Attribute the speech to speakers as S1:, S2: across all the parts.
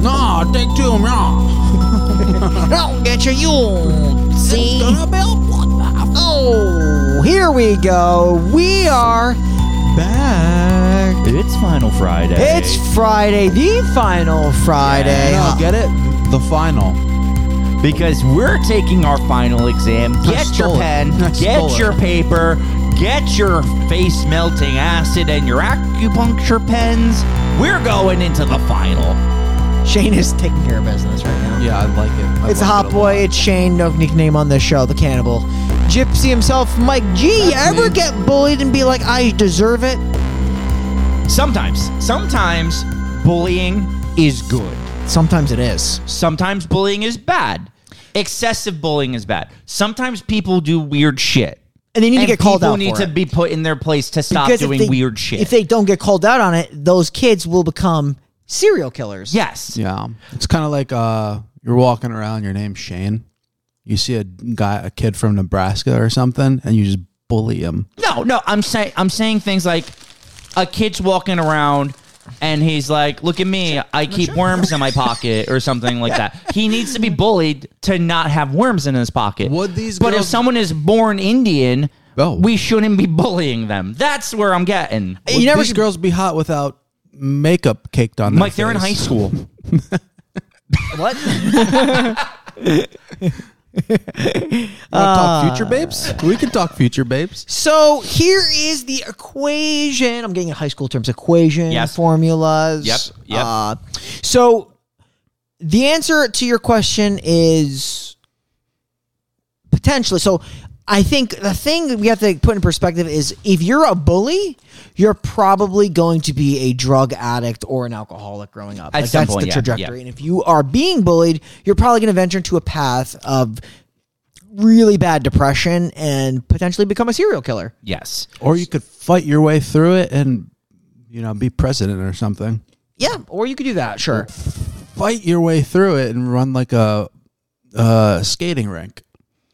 S1: take two,
S2: I'll get you, you see. Oh, here we go. We are back.
S3: It's Final Friday.
S2: It's Friday, the final Friday.
S1: No,
S2: Uh,
S1: get it? The final.
S3: because we're taking our final exam. Get your
S1: stole it.
S3: pen,
S1: I stole
S3: get
S1: it.
S3: your paper, get your face melting acid and your acupuncture pens. We're going into the final.
S2: Shane is taking care of business right now.
S1: Yeah, I like it. I
S2: It's a
S1: like
S2: hot
S1: it
S2: boy. It's Shane, no nickname on this show, the cannibal. Gypsy himself, Mike G. You
S1: That's
S2: ever
S1: me.
S2: get bullied and be like, I deserve it?
S3: Sometimes, sometimes bullying is good.
S2: Sometimes it is.
S3: Sometimes bullying is bad. Excessive bullying is bad. Sometimes people do weird shit.
S2: And they need to get called
S3: people
S2: out
S3: need
S2: for
S3: to
S2: it.
S3: be put in their place to stop
S2: Because if
S3: doing
S2: they-
S3: weird shit.
S2: If they don't get called out on it, those kids will become serial killers.
S3: yes.
S1: Yeah, it's kind of like uh, you're walking around. Your name's Shane. You see a guy, a kid from Nebraska or something, and you just bully him.
S3: No, no, I'm saying I'm saying things like a kid's walking around and he's like, "Look at me, I keep worms in my pocket" or something like that. He needs to be bullied to not have worms in his pocket.
S1: Would these
S3: But if
S1: girls-
S3: someone is born Indian,
S1: Oh.
S3: we shouldn't be bullying them. That's where I'm getting.
S2: You never
S1: these
S2: should-
S1: girls be hot without makeup caked on.
S3: Mike,
S1: their
S3: they're in
S1: face.
S3: high school.
S2: What?
S1: Wanna talk future babes. We can talk future babes.
S2: So here is the equation. I'm getting in high school terms. Equation,
S3: Yes.
S2: formulas.
S3: Yep, yep.
S2: Uh, so the answer to your question is potentially. So I think the thing that we have to put in perspective is if you're a bully, you're probably going to be a drug addict or an alcoholic growing up.
S3: At some
S2: that's
S3: point,
S2: the
S3: yeah,
S2: trajectory.
S3: yeah.
S2: And if you are being bullied, you're probably going to venture into a path of really bad depression and potentially become a serial killer.
S3: Yes.
S1: Or you could fight your way through it and you know be president or something.
S2: Yeah, or you could do that, sure.
S1: Fight your way through it and run like a uh, skating rink.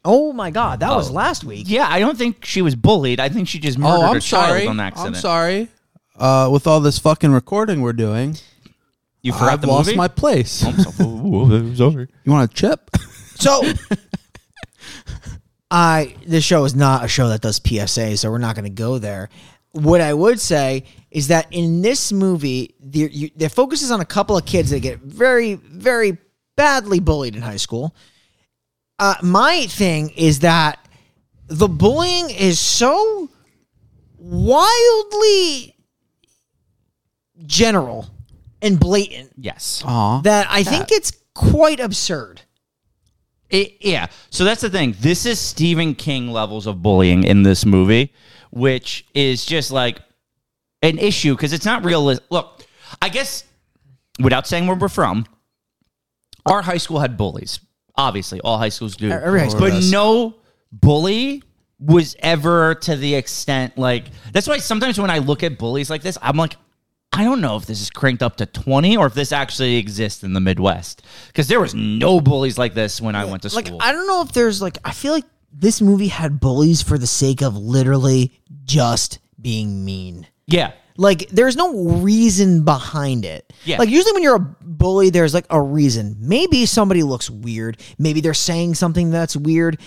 S2: Oh my god, that was last week.
S3: Yeah, I don't think she was bullied. I think she just murdered
S1: Oh,
S3: a
S1: I'm
S3: child
S1: sorry.
S3: on accident.
S1: I'm sorry. Uh, with all this fucking recording we're doing,
S3: You forgot
S1: I've
S3: the
S1: lost
S3: movie. Oh.
S1: my place.
S3: I'm sorry.
S1: You want a chip?
S2: So I this show is not a show that does PSA, so we're not going to go there. What I would say is that in this movie, the you, the focus is on a couple of kids that get very very badly bullied in high school. Uh, my thing is that the bullying is so wildly general and blatant
S3: Yes.
S1: Aw.
S2: that I think it's quite absurd.
S3: It, yeah. So that's the thing. This is Stephen King levels of bullying in this movie, which is just like an issue because it's not realistic. Look, I guess without saying where we're from, our high school had bullies. Obviously, all high schools do.
S2: Every high school
S3: but
S1: does.
S3: no bully was ever to the extent like that's why sometimes when I look at bullies like this, I'm like, I don't know if this is cranked up to 20 or if this actually exists in the Midwest because there was no bullies like this when I went to
S2: like
S3: school.
S2: I don't know if there's like I feel like this movie had bullies for the sake of literally just being mean.
S3: yeah.
S2: Like there's no reason behind it.
S3: Yeah.
S2: Like usually when you're a bully, there's like a reason. Maybe somebody looks weird. Maybe they're saying something that's weird.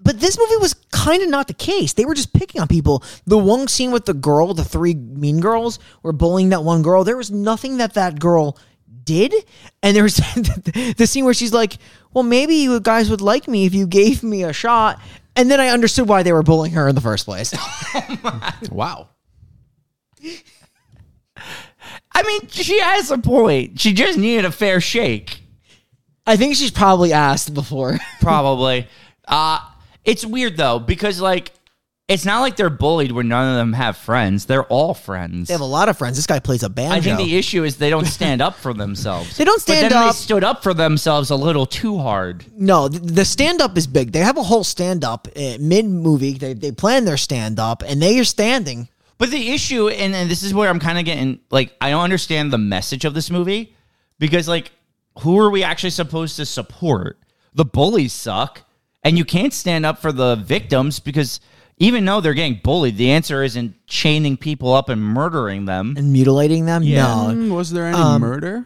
S2: But this movie was kind of not the case. They were just picking on people. The one scene with the girl, the three mean girls were bullying that one girl. There was nothing that that girl did. And there was the scene where she's like, "Well, maybe you guys would like me if you gave me a shot." And then I understood why they were bullying her in the first place.
S1: Wow.
S3: I mean, she has a point. She just needed a fair shake,
S2: I think she's probably asked before.
S3: probably. uh, it's weird though because like it's not like they're bullied where none of them have friends. They're all friends.
S2: They have a lot of friends. This guy plays a banjo.
S3: I think the issue is they don't stand up for themselves.
S2: They don't stand
S3: but then They
S2: up.
S3: stood up for themselves a little too hard.
S2: no, the, the stand up is big. They have a whole stand up uh, mid movie. They, they plan their stand up and they are standing.
S3: But the issue, and, and this is where I'm kind of getting like, I don't understand the message of this movie because, like, who are we actually supposed to support? The bullies suck, and you can't stand up for the victims because even though they're getting bullied, the answer isn't chaining people up and murdering them.
S1: Um,
S2: and mutilating them?
S3: Yeah.
S2: No.
S1: was there any murder?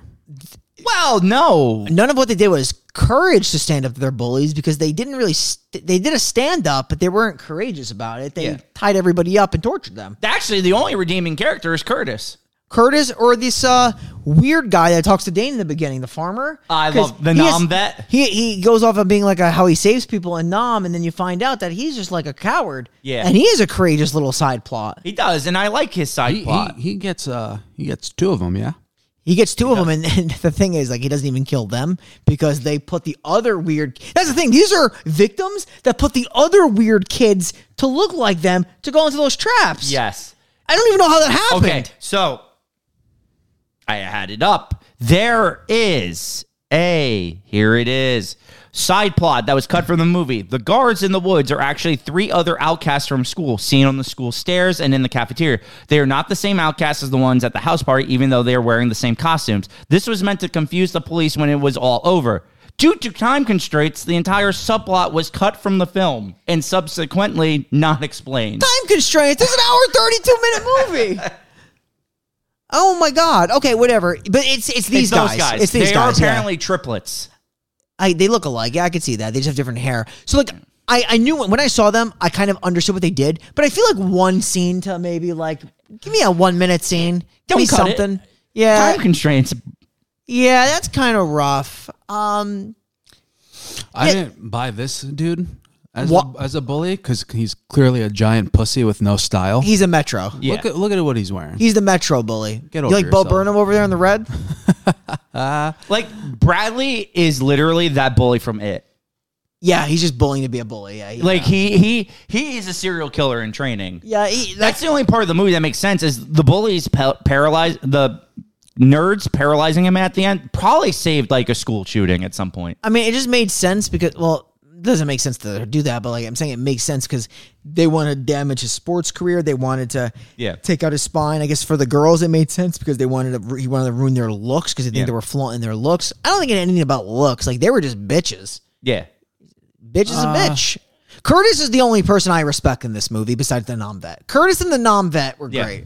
S3: Well, no.
S2: none of what they did was courage to stand up to their bullies because they didn't really st- they did a stand up but they weren't courageous about it they
S3: Yeah.
S2: tied everybody up and tortured them
S3: Actually, the only redeeming character is Curtis.
S2: curtis or this uh weird guy that talks to dane in the beginning the farmer
S3: I
S2: 'Cause
S3: love the
S2: he
S3: nom vet.
S2: he, he goes off of being like a, how he saves people and nom and then you find out that he's just like a coward
S3: Yeah.
S2: and he is a courageous little side plot
S3: He does, and I like his side
S1: He, he,
S3: plot.
S1: he gets uh he gets two of them. Yeah.
S2: He gets two of them, and, and the thing is, like, he doesn't even kill them because they put the other weird. That's the thing; these are victims that put the other weird kids to look like them to go into those traps.
S3: yes.
S2: I don't even know how that happened.
S3: Okay, so I had it up. There is a here it is side plot that was cut from the movie. The guards in the woods are actually three other outcasts from school seen on the school stairs and in the cafeteria. They are not the same outcasts as the ones at the house party, even though they are wearing the same costumes. This was meant to confuse the police when it was all over. Due to time constraints, the entire subplot was cut from the film and subsequently not explained.
S2: Time constraints. It's an hour thirty-two minute movie. oh my god. Okay, whatever. But it's it's these
S3: It's those guys.
S2: It's these
S3: they
S2: guys.
S3: are
S2: yeah.
S3: apparently triplets.
S2: I, they look alike. Yeah, I could see that. They just have different hair. So like I, I knew when, when I saw them, I kind of understood what they did. But I feel like one scene to maybe like give me a one minute scene. Give
S3: Don't
S2: me
S3: cut it.
S2: something. Yeah.
S3: time constraints.
S2: Yeah, that's kind of rough. Um
S1: I
S2: Yeah.
S1: didn't buy this dude as
S2: Wha-
S1: a, as a bully because he's clearly a giant pussy with no style.
S2: he's a metro.
S3: Yeah.
S1: Look at look at what he's wearing.
S2: He's the metro bully.
S1: Get
S2: you
S1: over
S2: like Bo
S1: yourself.
S2: Burnham over there in the red?
S3: Like Bradley is literally that bully from it.
S2: yeah, he's just bullying to be a bully. Yeah. he-
S3: Like he he he is a serial killer in training.
S2: yeah, he,
S3: That's
S2: that's
S3: the only part of the movie that makes sense is the bullies pa- paralyzed the nerds paralyzing him at the end probably saved like a school shooting at some point.
S2: I mean, it just made sense because well, it doesn't make sense to do that, but like I'm saying it makes sense cuz they wanted to damage his sports career. They wanted to
S3: Yeah.
S2: take out his spine. I guess for the girls it made sense because they wanted to ru- he wanted to ruin their looks cuz they think
S3: Yeah.
S2: they were flaunting their looks. I don't think it had anything about looks. Like they were just bitches.
S3: Yeah.
S2: Bitch is a bitch. Curtis is the only person I respect in this movie besides the nom vet. Curtis and the nom vet were
S3: Yeah.
S2: great.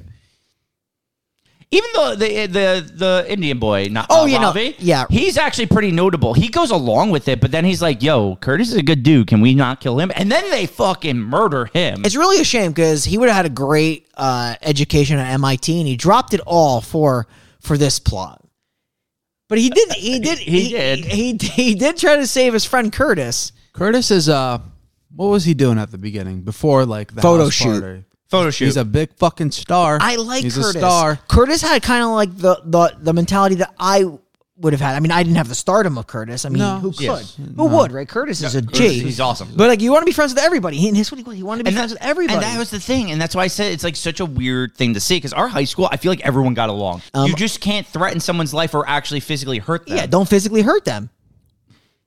S3: Even though the the the Indian boy, not
S2: Oh,
S3: uh,
S2: you know,
S3: Ravi,
S2: yeah.
S3: he's actually pretty notable. He goes along with it, but then he's like, "Yo, Curtis is a good dude. Can we not kill him?" And then they fucking murder him.
S2: It's really a shame because he would have had a great uh, education at MIT, and he dropped it all for for this plot. But he did. He did.
S3: He did.
S2: He, he he did try to save his friend Curtis.
S1: Curtis is uh, what was he doing at the beginning before like the
S2: Photo
S1: house
S2: shoot.
S1: party?
S3: Photo shoot.
S1: He's a big fucking star.
S2: I like
S1: He's
S2: Curtis.
S1: a star.
S2: Curtis had kind of like the, the the mentality that I would have had. I mean, I didn't have the stardom of Curtis. I mean,
S1: No.
S2: who could?
S3: Yes.
S2: Who would? Right? Curtis is a
S3: Curtis
S2: G.
S3: is awesome.
S2: But like, you want to be friends with everybody. He, and his what he, he wanted to be friends with everybody.
S3: And that was the thing, and that's why I said it's like such a weird thing to see because our high school, I feel like everyone got along. you just can't threaten someone's life or actually physically hurt them.
S2: Um, yeah, don't physically hurt them.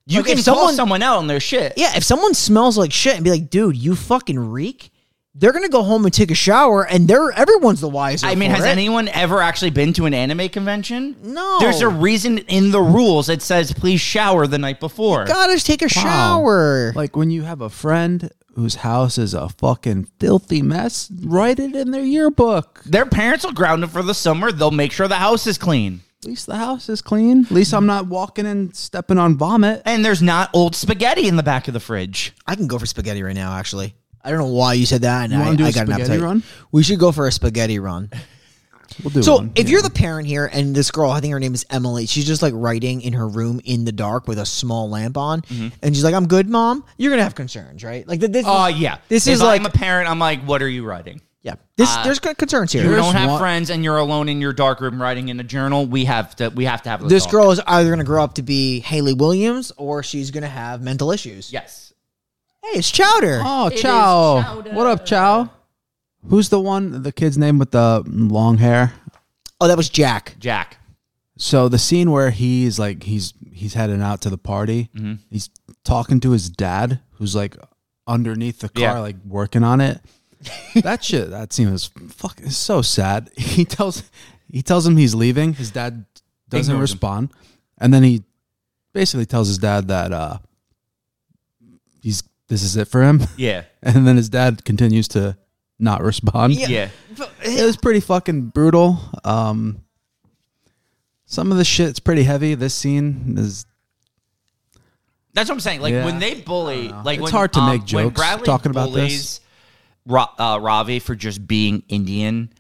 S3: you
S2: like,
S3: can
S2: if
S3: call
S2: someone-
S3: someone out on their shit.
S2: Yeah, if someone smells like shit and be like, dude, you fucking reek, they're gonna go home and take a shower, and they're everyone's the wiser.
S3: I mean,
S2: for
S3: has
S2: it.
S3: anyone ever actually been to an anime convention?
S2: No.
S3: There's a reason in the rules it says please shower the night before.
S2: gotta take a
S1: Wow.
S2: shower?
S1: Like when you have a friend whose house is a fucking filthy mess, write it in their yearbook.
S3: Their parents will ground them for the summer. They'll make sure the house is clean.
S1: At least the house is clean. At least I'm not walking and stepping on vomit.
S3: And there's not old spaghetti in the back of the fridge.
S2: I can go for spaghetti right now. Actually, I don't know why you said that. And
S1: You
S2: I,
S1: wanna do
S2: I
S1: a
S2: got an
S1: spaghetti
S2: appetite.
S1: run?
S2: We should go for a spaghetti run.
S1: We'll do
S2: So
S1: one.
S2: if
S1: Yeah.
S2: you're the parent here, and this girl, I think her name is Emily, she's just like writing in her room in the dark with a small lamp on, and she's like, "I'm good, mom." You're gonna have concerns, right? Like th- this.
S3: Mm-hmm. Oh yeah.
S2: This
S3: If
S2: is
S3: I'm a
S2: like
S3: parent. I'm like, what are you writing?
S2: yeah. This
S3: Uh,
S2: there's good concerns here.
S3: you
S1: There's
S3: don't have
S1: one-
S3: friends and you're alone in your dark room writing in a journal, we have to we have to have a
S2: this
S3: talk.
S2: girl is either going to grow up to be Haley Williams or she's going to have mental issues.
S3: Yes.
S2: Hey, it's Chowder.
S1: Oh, Chow. What up, Chow? Who's the one, the kid's name with the long hair?
S2: Oh, that was Jack.
S3: Jack.
S1: So the scene where he's like, he's he's heading out to the party.
S3: Mm-hmm.
S1: He's talking to his dad, who's like underneath the car,
S3: Yeah.
S1: like working on it. that shit, that scene was fucking it's so sad. He tells he tells him he's leaving. His dad doesn't
S3: Ignores him.
S1: respond, and then he basically tells his dad that uh, he's this is it for him.
S3: Yeah.
S1: And then his dad continues to not respond.
S3: Yeah.
S1: It was pretty fucking brutal. Um, Some of the shit's pretty heavy. This scene is
S3: That's what I'm saying. Like
S1: Yeah.
S3: when they bully, like
S1: It's
S3: when,
S1: hard to
S3: um,
S1: make
S3: when
S1: jokes
S3: Bradley
S1: talking about
S3: bullies Ra- uh, Ravi for just being Indian.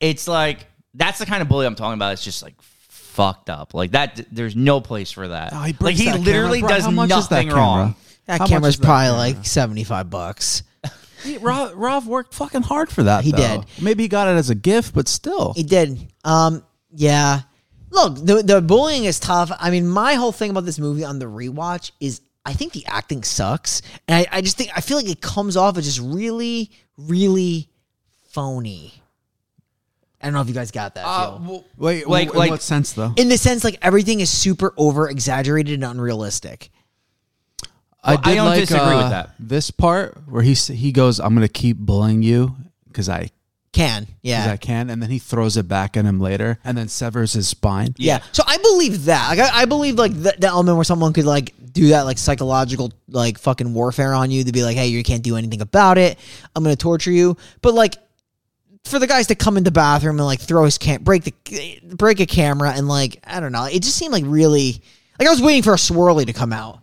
S3: It's like that's the kind of bully I'm talking about. It's just like fucked up. Like that. There's no place for that.
S1: Oh, he
S3: like
S1: breaks
S3: he
S1: that
S3: literally
S1: camera. Bro,
S3: does
S1: how much is that
S3: nothing
S1: camera?
S3: wrong.
S2: That
S1: How much
S2: camera's
S1: is that
S2: probably
S1: camera?
S2: like seventy five bucks.
S1: He, Rob, Rob worked fucking hard for that.
S2: He
S1: though.
S2: did.
S1: Maybe he got it as a gift, but still,
S2: It did. Um, yeah. Look, the the bullying is tough. I mean, my whole thing about this movie on the rewatch is I think the acting sucks. And I, I just think I feel like it comes off as just really, really phony. I don't know if you guys got that.
S1: Uh,
S2: feel.
S1: wait,
S3: Like-
S1: like,
S3: like-
S1: in what sense though?
S2: In the sense like everything is super over exaggerated and unrealistic.
S3: Well, I don't disagree with that.
S1: uh, This part where he s- he goes, "I'm gonna keep bullying you because I
S2: Can.
S1: because
S2: Yeah.
S1: I can," and then he throws it back at him later, and then severs his spine.
S2: Yeah. So I believe that. Like I, I believe like the, the element where someone could like do that like psychological like fucking warfare on you to be like, hey, you can't do anything about it. I'm gonna torture you. But like for the guys to come in the bathroom and like throw his can break the break a camera and like I don't know. It just seemed like really like I was waiting for a swirly to come out.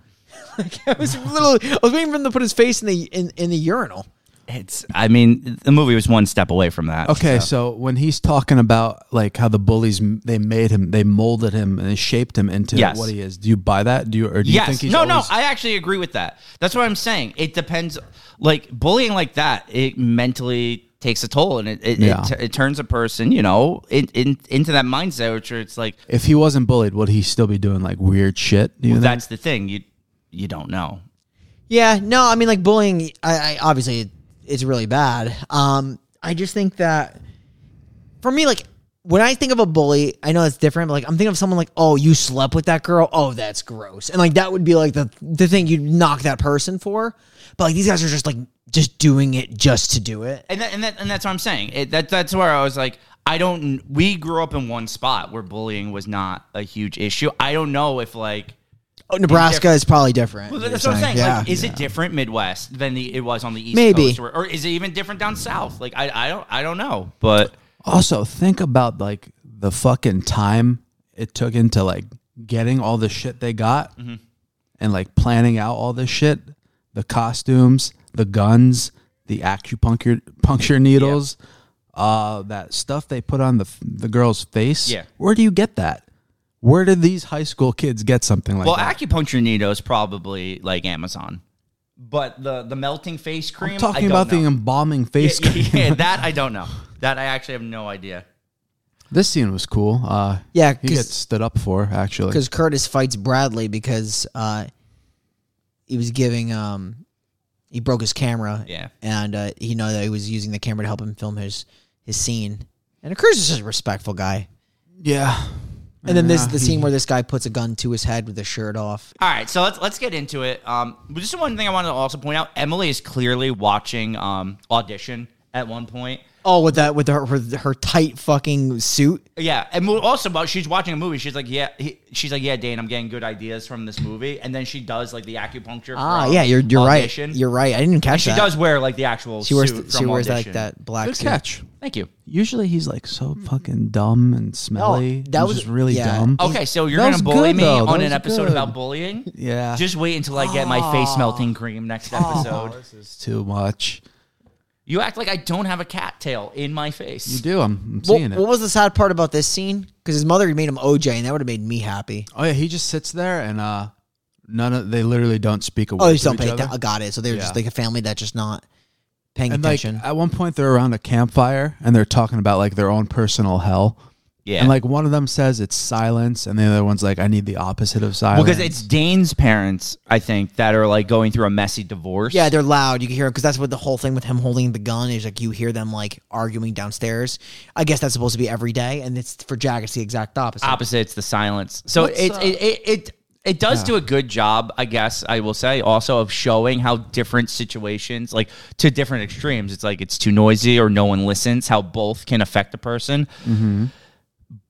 S2: like I was literally I was waiting for him to put his face in the in, in the urinal.
S3: It's. I mean, the movie was one step away from that.
S1: Okay, so when he's talking about like how the bullies m- they made him, they molded him and they shaped him into
S3: Yes.
S1: what he is. Do you buy that? Do you or do you
S3: yes.
S1: think he's
S3: no,
S1: always-
S3: no. I actually agree with that. That's what I'm saying. It depends. Like bullying like that, it mentally takes a toll, and it it,
S1: Yeah.
S3: it, it turns a person, you know, in, in, into that mindset, which it's like
S1: if he wasn't bullied, would he still be doing like weird shit? Do you think?
S3: that's the thing. You you don't know.
S2: Yeah, no, I mean like bullying. I, I obviously it, it's really bad. Um, I just think that for me, like when I think of a bully, I know it's different. But like I'm thinking of someone like, oh, you slept with that girl. Oh, that's gross. And like that would be like the the thing you'd knock that person for. But like these guys are just like just doing it just to do it.
S3: and that, and that, and that's what I'm saying. It, that that's where I was like, I don't. We grew up in one spot where bullying was not a huge issue. I don't know if like
S2: Oh, Nebraska is probably different.
S3: Well,
S2: you're
S3: that's what I'm saying.
S2: Yeah.
S3: Like, is it different Midwest than the it was on the East
S2: Maybe.
S3: Coast, or, or is it even different down South? Like I, I don't I don't know, but
S1: Also, think about like the fucking time it took into like getting all the shit they got
S3: Mm-hmm.
S1: and like planning out all this shit, the costumes, the guns, the acupuncture puncture needles, uh that stuff they put on the f- the girl's face.
S3: Yeah.
S1: Where do you get that? Where did these high school kids get something like
S3: well,
S1: that?
S3: acupuncture needles probably like Amazon, but the the melting face cream.
S1: I'm
S3: I
S1: talking
S3: don't
S1: about the
S3: know.
S1: embalming face
S3: yeah,
S1: cream.
S3: yeah, that I don't know. That I actually have no idea.
S1: This scene was cool. Uh
S2: Yeah,
S1: he
S2: 'cause-
S1: gets stood up for actually.
S2: because Curtis fights Bradley because uh, he was giving um, he broke his camera.
S3: Yeah.
S2: and uh, he know that he was using the camera to help him film his his scene. And Curtis is just a respectful guy.
S1: Yeah.
S2: And then this
S1: Yeah,
S2: the
S1: he-
S2: scene where this guy puts a gun to his head with the shirt off.
S3: All right, so let's let's get into it. Um, but just one thing I wanted to also point out: Emily is clearly watching um audition at one point.
S2: Oh, with that with her with her tight fucking suit.
S3: Yeah, and mo- also about she's watching a movie. She's like, yeah, he, she's like, yeah, Dane, I'm getting good ideas from this movie. And then she does like the acupuncture.
S2: Ah,
S3: from
S2: yeah, you're you're
S3: Audition.
S2: right. You're right. I didn't catch
S3: she
S2: that.
S3: does wear like the actual.
S2: She wears
S3: suit
S2: she
S3: from
S2: wears like
S3: Audition.
S2: that black
S1: Good
S2: suit.
S1: catch.
S3: Thank you.
S1: Usually he's like so fucking dumb and smelly.
S2: Oh, that
S1: and
S2: was-
S1: just really
S2: yeah. Oh,
S1: dumb.
S3: Okay, so you're
S1: That
S3: gonna
S1: was
S3: bully
S1: good,
S3: me
S1: though. That
S3: on an
S1: was
S3: episode
S1: good.
S3: about bullying?
S1: Yeah.
S3: Just wait until I get my face melting cream next episode.
S1: It's too much.
S3: You act like I don't have a cattail in my face.
S1: You do. I'm, I'm
S2: What,
S1: seeing it.
S2: what was the sad part about this scene? Because his mother made him OJ, and that would have made me happy.
S1: oh yeah, he just sits there and uh, none of they literally don't speak a word.
S2: Oh, they just
S1: to
S2: don't
S1: each
S2: pay.
S1: other.
S2: atten- I got it. So they're just
S1: Yeah.
S2: like a family that's just not paying
S1: And like
S2: attention.
S1: at one point they're around a campfire and they're talking about like their own personal hell.
S3: Yeah.
S1: And like one of them says it's silence, and the other one's like, I need the opposite of silence.
S3: Well, because it's Dane's parents, I think, that are like going through a messy divorce.
S2: yeah, they're loud. You can hear them because that's what the whole thing with him holding the gun is like. You hear them like arguing downstairs. I guess that's supposed to be every day, and it's for Jack. It's the exact opposite.
S3: opposite. It's the silence. So it,
S1: What's,
S3: it,
S1: uh,
S3: it it it does do a good job, I guess. I will say also of showing how different situations, like to different extremes, it's like it's too noisy or no one listens. How both can affect a person.
S1: Mm-hmm.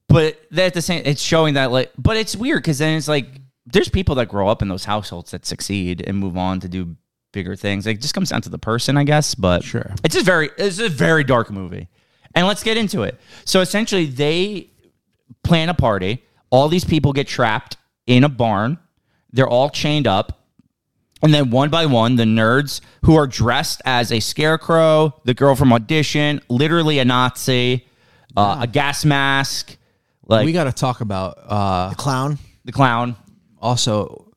S3: But at the same, it's showing that like, but it's weird because then it's like there's people that grow up in those households that succeed and move on to do bigger things. Like, It just comes down to the person, I guess. But
S1: Sure.
S3: it's a very it's a very dark movie. And let's get into it. So essentially, they plan a party. all these people get trapped in a barn. They're all chained up. And then one by one, the nerds who are dressed as a scarecrow, the girl from audition, literally a Nazi, uh, a gas mask, like
S1: we got to talk about uh,
S2: The clown.
S3: the clown.
S1: also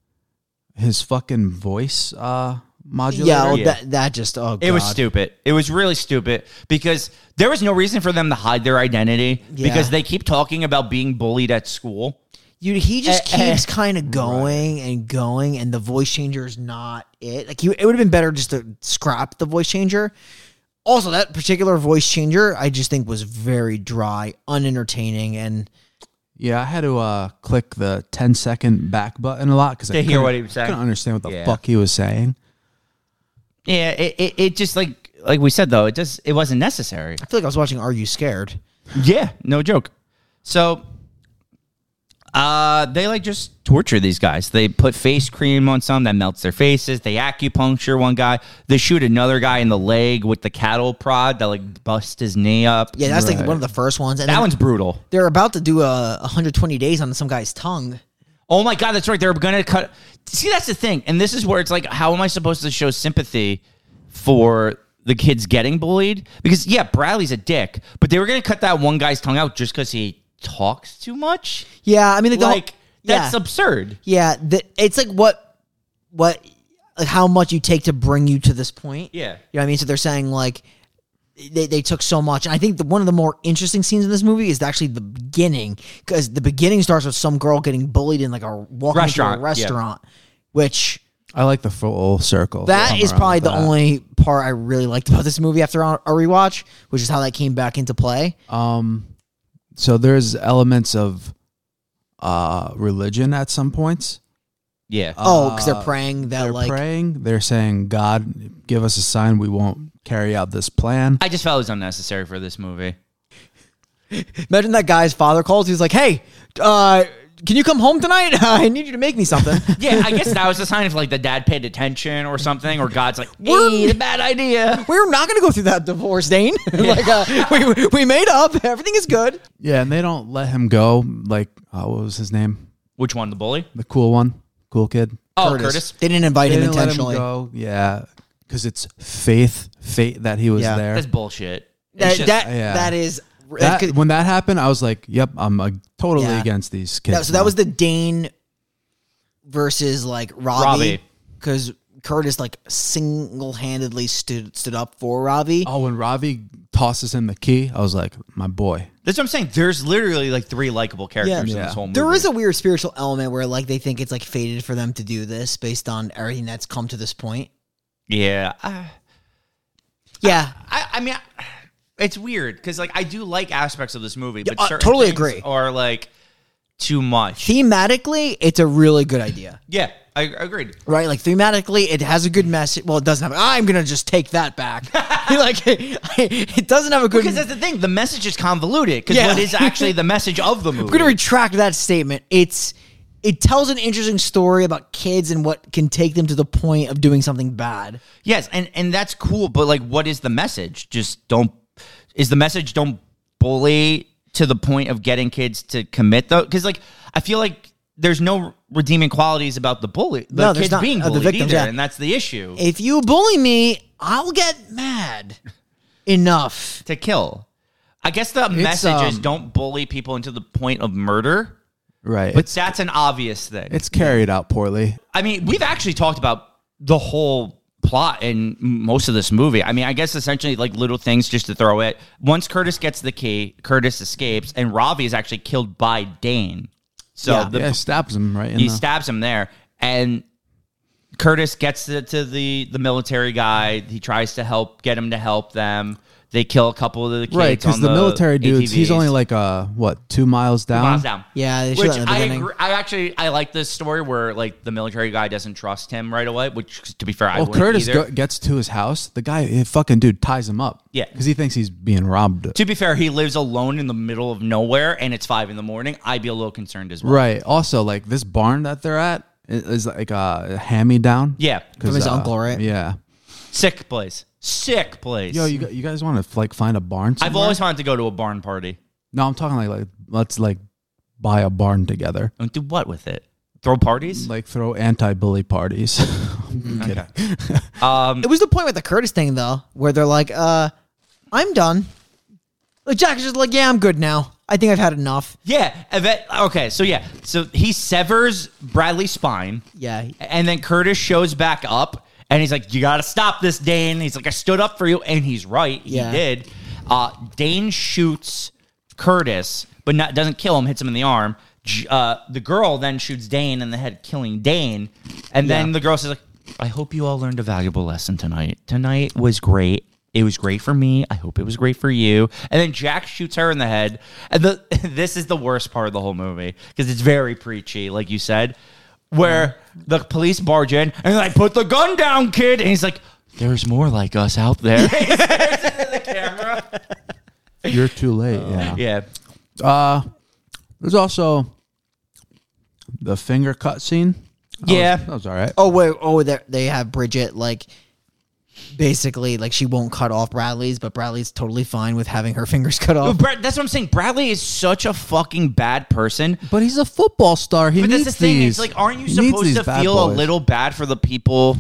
S1: his fucking voice uh, modulator.
S2: Yeah, well,
S3: yeah.
S2: that that just oh god.
S3: It was stupid. It was really stupid because there was no reason for them to hide their identity
S2: Yeah.
S3: because they keep talking about being bullied at school.
S2: You, he just
S3: Eh, eh.
S2: keeps kind of going and going, and the voice changer is not it. Like you, it would have been better just to scrap the voice changer. Also, that particular voice changer, I just think was very dry, unentertaining, and
S1: Yeah, I had to uh, click the 10 second back button a lot because I
S3: To hear
S1: couldn't-
S3: what he was saying.
S1: couldn't understand what the
S3: Yeah.
S1: fuck he was saying.
S3: Yeah, it, it, it just like like we said though, it just it wasn't necessary.
S2: I feel like I was watching Are You Scared?
S3: Yeah, no joke. So uh they like just torture these guys. They put face cream on some that melts their faces. They acupuncture one guy. They shoot another guy in the leg with the cattle prod that like busts his knee up.
S2: Yeah, that's like
S1: Right.
S2: one of the first ones, and
S3: That
S2: then
S3: one's brutal.
S2: they're about to do a 120 days on some guy's tongue.
S3: Oh my god, that's right. They're gonna cut. See, that's the thing, and this is where it's like, how am I supposed to show sympathy for the kids getting bullied? Because yeah, Bradley's a dick, but they were gonna cut that one guy's tongue out just because he talks too much.
S2: Yeah, I mean, like, the whole-
S3: Like that's
S2: yeah.
S3: absurd.
S2: Yeah, the, it's like what, what, like how much you take to bring you to this point. you
S3: Yeah.
S2: know what I mean. So they're saying like they they took so much. And I think the, one of the more interesting scenes in this movie is actually the beginning because the beginning starts with some girl getting bullied in like a walking
S3: Restaurant,
S2: into
S3: yeah.
S2: a restaurant, which
S1: I like the full circle.
S2: that
S1: come
S2: is
S1: around
S2: probably
S1: with
S2: the
S1: that.
S2: only part I really liked about this movie after a a rewatch, which is how that came back into play.
S1: Um, so there's elements of uh, religion at some points.
S3: Yeah.
S2: oh, because they're praying that
S1: Uh, They're
S2: like
S1: praying. They're saying, "God, give us a sign. We won't carry out this plan."
S3: I just felt it was unnecessary for this movie.
S2: Imagine that guy's father calls. He's like, "Hey, uh, can you come home tonight? I need you to make me something."
S3: Yeah, I guess that was a sign if like the dad paid attention or something, or God's like,
S2: We're-
S3: hey, the bad idea.
S2: We're not going to go through that divorce, Dane. like, uh, we we made up. Everything is good.
S1: Yeah, and they don't let him go. Like, uh, what was his name?
S3: Which one, the bully?
S1: The cool one, cool kid.
S3: Oh, Curtis.
S2: They didn't invite
S1: They
S2: him
S1: didn't let him
S2: intentionally.
S1: go. Yeah, because it's faith, fate that he was
S2: Yeah.
S1: there.
S3: That's bullshit. It's
S2: That
S3: just-
S2: that,
S1: yeah.
S2: that is.
S1: That-
S2: that-
S1: when that happened, I was like, "Yep, I'm uh, totally
S2: Yeah.
S1: against these kids."
S2: so that
S1: now.
S2: was the Dane versus like Robbie
S3: Robbie.
S2: because Curtis like single handedly stood stood up for Robbie.
S1: Oh, when Ravi tosses him the key, I was like, my boy.
S3: That's what I'm saying. There's literally like three likable characters
S2: Yeah.
S3: in
S1: Yeah.
S3: this whole movie.
S2: There is a weird spiritual element where like they think it's like fated for them to do this based on everything that's come to this point.
S3: yeah. I,
S2: Yeah.
S3: I, I mean, I- it's weird because like I do like aspects of this movie, but
S2: Yeah, uh,
S3: certain
S2: totally
S3: things
S2: agree.
S3: Are like too much.
S2: Thematically, it's a really good idea.
S3: Yeah, I agreed.
S2: Right? Like thematically, it has a good message. Well, it doesn't have I'm gonna just take that back. like it doesn't have a good
S3: Because that's the thing. The message is convoluted. Because
S2: Yeah.
S3: what is actually the message of the movie?
S2: I'm gonna retract that statement. It's it tells an interesting story about kids and what can take them to the point of doing something bad.
S3: yes, and and that's cool. But like, what is the message? Just don't. Is the message don't bully to the point of getting kids to commit though? Because like, I feel like there's no redeeming qualities about the bully. The
S2: No, there's
S3: kids
S2: not.
S3: being
S2: Uh, the
S3: bullied
S2: victims,
S3: either,
S2: yeah.
S3: and that's the issue.
S2: If you bully me, I'll get mad. Enough.
S3: to kill. I guess the message is
S1: um,
S3: don't bully people into the point of murder,
S1: Right.
S3: but
S1: it's,
S3: that's an obvious thing.
S1: it's carried out poorly.
S3: I mean, we've actually talked about the whole plot in most of this movie. I mean, I guess essentially like little things just to throw it. Once Curtis gets the key, Curtis escapes, and Ravi is actually killed by Dane. So
S2: Yeah.
S3: the,
S1: yeah, stabs him right in
S3: he
S1: the
S3: stabs him there, and Curtis gets to, to the the military guy. He tries to help get him to help them. They kill a couple of the kids
S1: Right, because
S3: on
S1: the, military dudes, he's
S3: ATVs.
S1: only like uh what, two miles down?
S3: Miles down.
S2: Yeah, they should
S3: which
S2: at the
S3: I
S2: beginning.
S3: agree. I actually I like this story where like the military guy doesn't trust him right away. Which to be
S2: Oh,
S3: fair, I
S1: Well,
S3: wouldn't
S1: Curtis
S3: either.
S1: go, gets to his house. The guy, the fucking dude, ties him up.
S3: Yeah.
S1: because he thinks he's being robbed.
S3: to be fair, he lives alone in the middle of nowhere, and it's five in the morning. I'd be a little concerned as well.
S1: Right. Also, like this barn that they're at i- is like uh, a hammy down. Uh,
S3: Yeah,
S2: From his uncle, right?
S1: Yeah.
S3: sick place, sick place.
S1: Yo, you, gu- you guys want to like find a barn?
S3: I've
S1: somewhere?
S3: always wanted to go to a barn party.
S1: no. I'm talking like like let's like buy a barn together.
S3: And do what with it? Throw parties?
S1: Like throw anti-bully parties. I'm kidding.
S3: Um,
S2: It was the point with the Curtis thing though, where they're like, "Uh, I'm done." Like Jack is just like, "Yeah, I'm good now. I think I've had enough."
S3: yeah. Event, okay. So yeah. So he severs Bradley's spine.
S2: Yeah,
S3: And then Curtis shows back up and he's like, You gotta stop this, Dane. He's like, I stood up for you. And he's right. He
S2: Yeah.
S3: did. Uh, Dane shoots Curtis, but not doesn't kill him, hits him in the arm. J- Uh, the girl then shoots Dane in the head, killing Dane. And then
S2: Yeah.
S3: the girl says, like, I hope you all learned a valuable lesson tonight. Tonight was great. It was great for me. I hope it was great for you. And then Jack shoots her in the head. And the, this is the worst part of the whole movie because it's very preachy, like you said, where the police barge in and they're like, put the gun down, kid. And he's like, there's more like us out there.
S1: You're too late. Yeah.
S3: yeah.
S1: Uh, there's also the finger cut scene. That was-
S3: Yeah.
S1: that was all right.
S2: Oh wait, oh they they have Bridget like basically like she won't cut off Bradley's, but Bradley's totally fine with having her fingers cut
S3: But
S2: off.
S3: Brad, that's what I'm saying. Bradley is such a fucking bad person.
S1: But he's a football star. He
S3: But that's
S1: needs
S3: the thing.
S1: these.
S3: It's like, aren't you
S1: he needs
S3: supposed
S1: these
S3: to
S1: bad
S3: feel a
S1: boys.
S3: little bad for the people?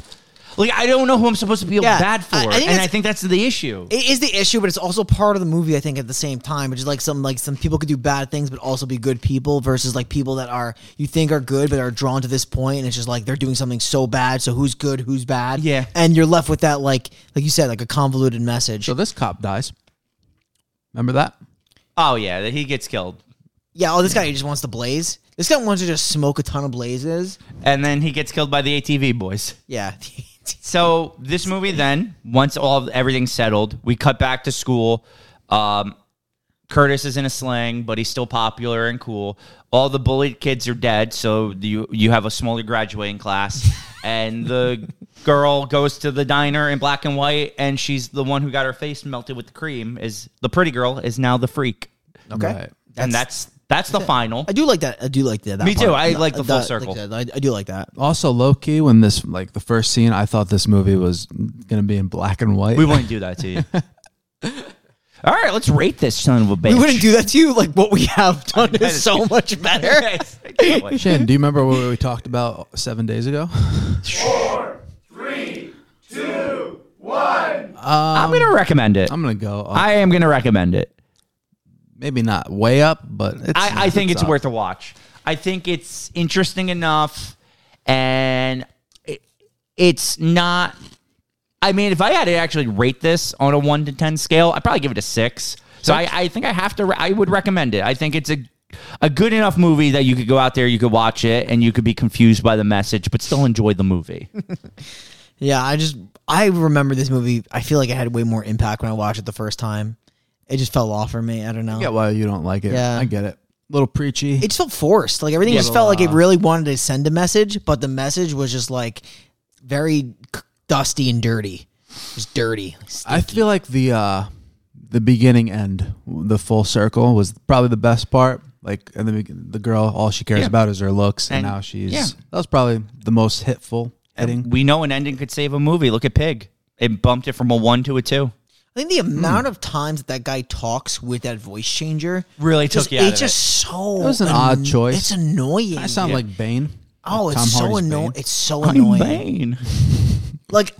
S3: Like, I don't know who I'm supposed to feel
S2: Yeah,
S3: bad for,
S2: I- I think
S3: and
S2: that's-
S3: I think that's the issue.
S2: It is the issue, but it's also part of the movie. I think at the same time, which is like some like some people could do bad things, but also be good people versus like people that are you think are good but are drawn to this point, and it's just like they're doing something so bad. So who's good, who's bad?
S3: Yeah.
S2: and you're left with that like like you said like a convoluted message.
S1: So this cop dies. Remember that?
S3: oh yeah, that he gets killed,
S2: yeah. Oh, this guy he just wants to blaze. This guy wants to just smoke a ton of blazes.
S3: and then he gets killed by the ATV boys.
S2: Yeah.
S3: So this movie, then once all of everything's settled, we cut back to school. Um, Curtis is in a sling, but he's still popular and cool. All the bullied kids are dead, so you you have a smaller graduating class, and the girl goes to the diner in black and white, and she's the one who got her face melted with the cream. Is the pretty girl is now the freak,
S2: Okay.
S1: Right.
S3: and that's that's the final.
S2: I do like that. I do like that. that
S3: Me too.
S2: part.
S3: I like the full
S2: that-
S3: circle.
S2: that. I, I do like that.
S1: Also, low key when this like the first scene, I thought this movie was gonna be in black and white.
S3: We wouldn't do that to you. All right, let's rate this son of a bitch.
S2: We wouldn't do that to you. Like what we have done is
S3: is-
S2: so much better.
S3: I can't wait.
S1: Shan, do you remember what we talked about seven days ago?
S3: Um, I'm gonna recommend it.
S1: I'm gonna go. uh, up-
S3: I am gonna recommend it.
S1: maybe not way up, but it's,
S3: I, I think it's,
S1: up.
S3: worth a watch. I think it's interesting enough, and it, it's not. I mean, if I had to actually rate this on a one to ten scale, I'd probably give it a six. So I, I think I have to. re- I would recommend it. I think it's a a good enough movie that you could go out there, you could watch it, and you could be confused by the message, but still enjoy the movie.
S2: Yeah. I just I remember this movie. I feel like it had way more impact when I watched it the first time. It just fell off for me. I don't know.
S1: Yeah, why you don't like it?
S2: Yeah.
S1: I get it. A little preachy.
S2: It just felt forced. Like everything just felt like it really wanted to send a message, but the message was just like very c- dusty and dirty. Just dirty.
S1: I feel like the uh the beginning end, the full circle was probably the best part. Like and the begin- the girl, all she cares
S3: Yeah.
S1: about is her looks, and,
S3: And-
S1: now she's
S3: yeah.
S1: that was probably the most hitful heading.
S3: we know an ending could save a movie. Look at Pig. It bumped it from a one to a two.
S2: I think the
S3: Hmm.
S2: amount of times that that guy talks with that voice changer
S3: Really
S2: just,
S3: took you out
S2: it's
S3: of it.
S2: just so.
S1: was an odd choice.
S2: It's annoying.
S1: I sound like Bane.
S2: oh,
S1: Like
S2: it's
S1: Tom
S2: so
S1: Hardy's
S2: annoying.
S1: Bane.
S2: It's so annoying.
S3: Bane.
S2: Like,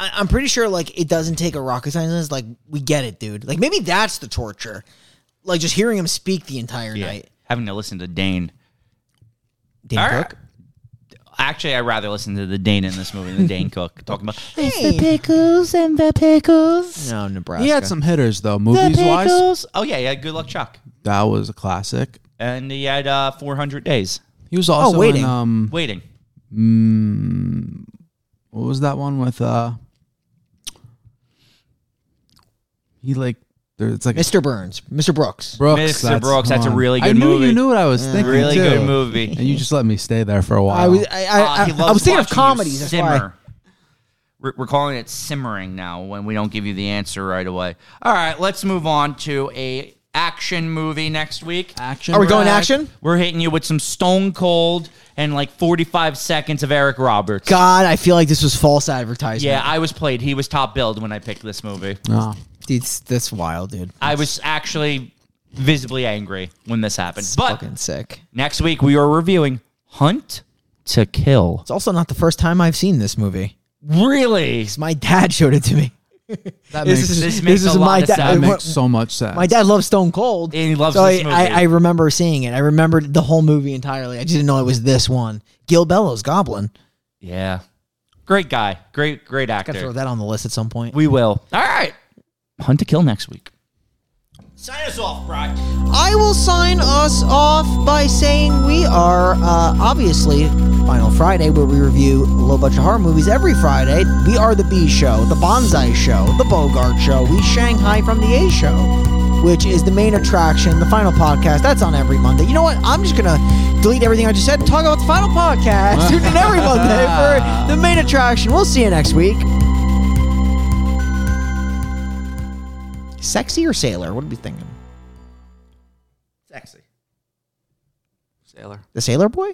S2: I- I'm pretty sure like it doesn't take a rocket scientist. Like, we get it, dude. Like, maybe that's the torture. Like, just hearing him speak the entire night.
S3: Having to listen to Dane.
S2: Dane
S3: All right.
S2: Cook.
S3: Actually, I'd rather listen to the Dane in this movie than Dane Cook talking about.
S2: Hey.
S4: pickles and the pickles.
S2: No, Nebraska.
S1: He had some hitters though, movies wise.
S3: Pickles. Oh yeah, yeah. Good luck, Chuck.
S1: That was a classic.
S3: And he had uh, 400 days
S1: He was also
S2: Waiting.
S1: in um
S3: waiting.
S1: what was that one with uh he like there it's like a
S2: Mr. Burns, Mr. Brooks.
S1: Brooks.
S3: Mr. Brooks,
S1: the
S3: that's a
S1: one.
S3: really
S1: I
S3: good
S1: knew You
S3: movie.
S1: knew what I was thinking.
S3: Really
S1: too.
S3: good movie.
S1: And you just let me stay there for a while.
S2: I was I, I,
S3: Ah, he
S2: I- I
S3: loves
S2: was thinking of
S3: watching you
S2: comedies. That's why.
S3: Simmer. We're, we're calling it simmering now when we don't give you the answer right away. All right, let's move on to a action movie next week.
S1: action.
S2: Are we going
S1: rag.
S2: action?
S3: We're hitting you with some Stone Cold and like 45 seconds of Eric Roberts.
S2: God, I feel like this was false advertisement.
S3: Yeah, I was played. He was top billed when I picked this movie.
S1: No.
S2: It's, that's wild, dude.
S3: I was actually visibly angry when this happened.
S2: It's
S3: but
S2: fucking sick.
S3: next week we are reviewing Hunt to Kill.
S2: It's also not the first time I've seen this movie.
S3: Really?
S2: My dad showed it to me.
S1: That
S2: This
S1: makes
S2: is-
S3: This makes
S2: is
S3: a lot
S2: my
S3: of
S2: dad-
S1: that
S3: sense.
S1: makes so much sense.
S2: My dad loves Stone Cold.
S3: And he loves
S2: so
S3: this
S2: I,
S3: movie.
S2: I, I remember seeing it. I remembered the whole movie entirely. I just didn't know it was this one. Gil Bellows Goblin.
S3: yeah. Great guy. Great, great
S2: Gotta throw
S3: actor.
S2: that on the list at some point.
S3: We will. All right. Hunt to Kill next week. Sign us off, Brock.
S2: I will sign us off by saying we are uh, obviously Final Friday, where we review low budget horror movies every Friday. We are the B Show, the Bonsai Show, the Bogart Show. We Shanghai from the A Show, which is the main attraction, the final podcast. That's on every Monday. You know what? I'm just going to delete everything I just said and talk about the final podcast. Tune in every Monday for the main attraction. We'll see you next week. Sexy or sailor? What are we thinking?
S3: Sexy.
S1: Sailor.
S2: The sailor boy?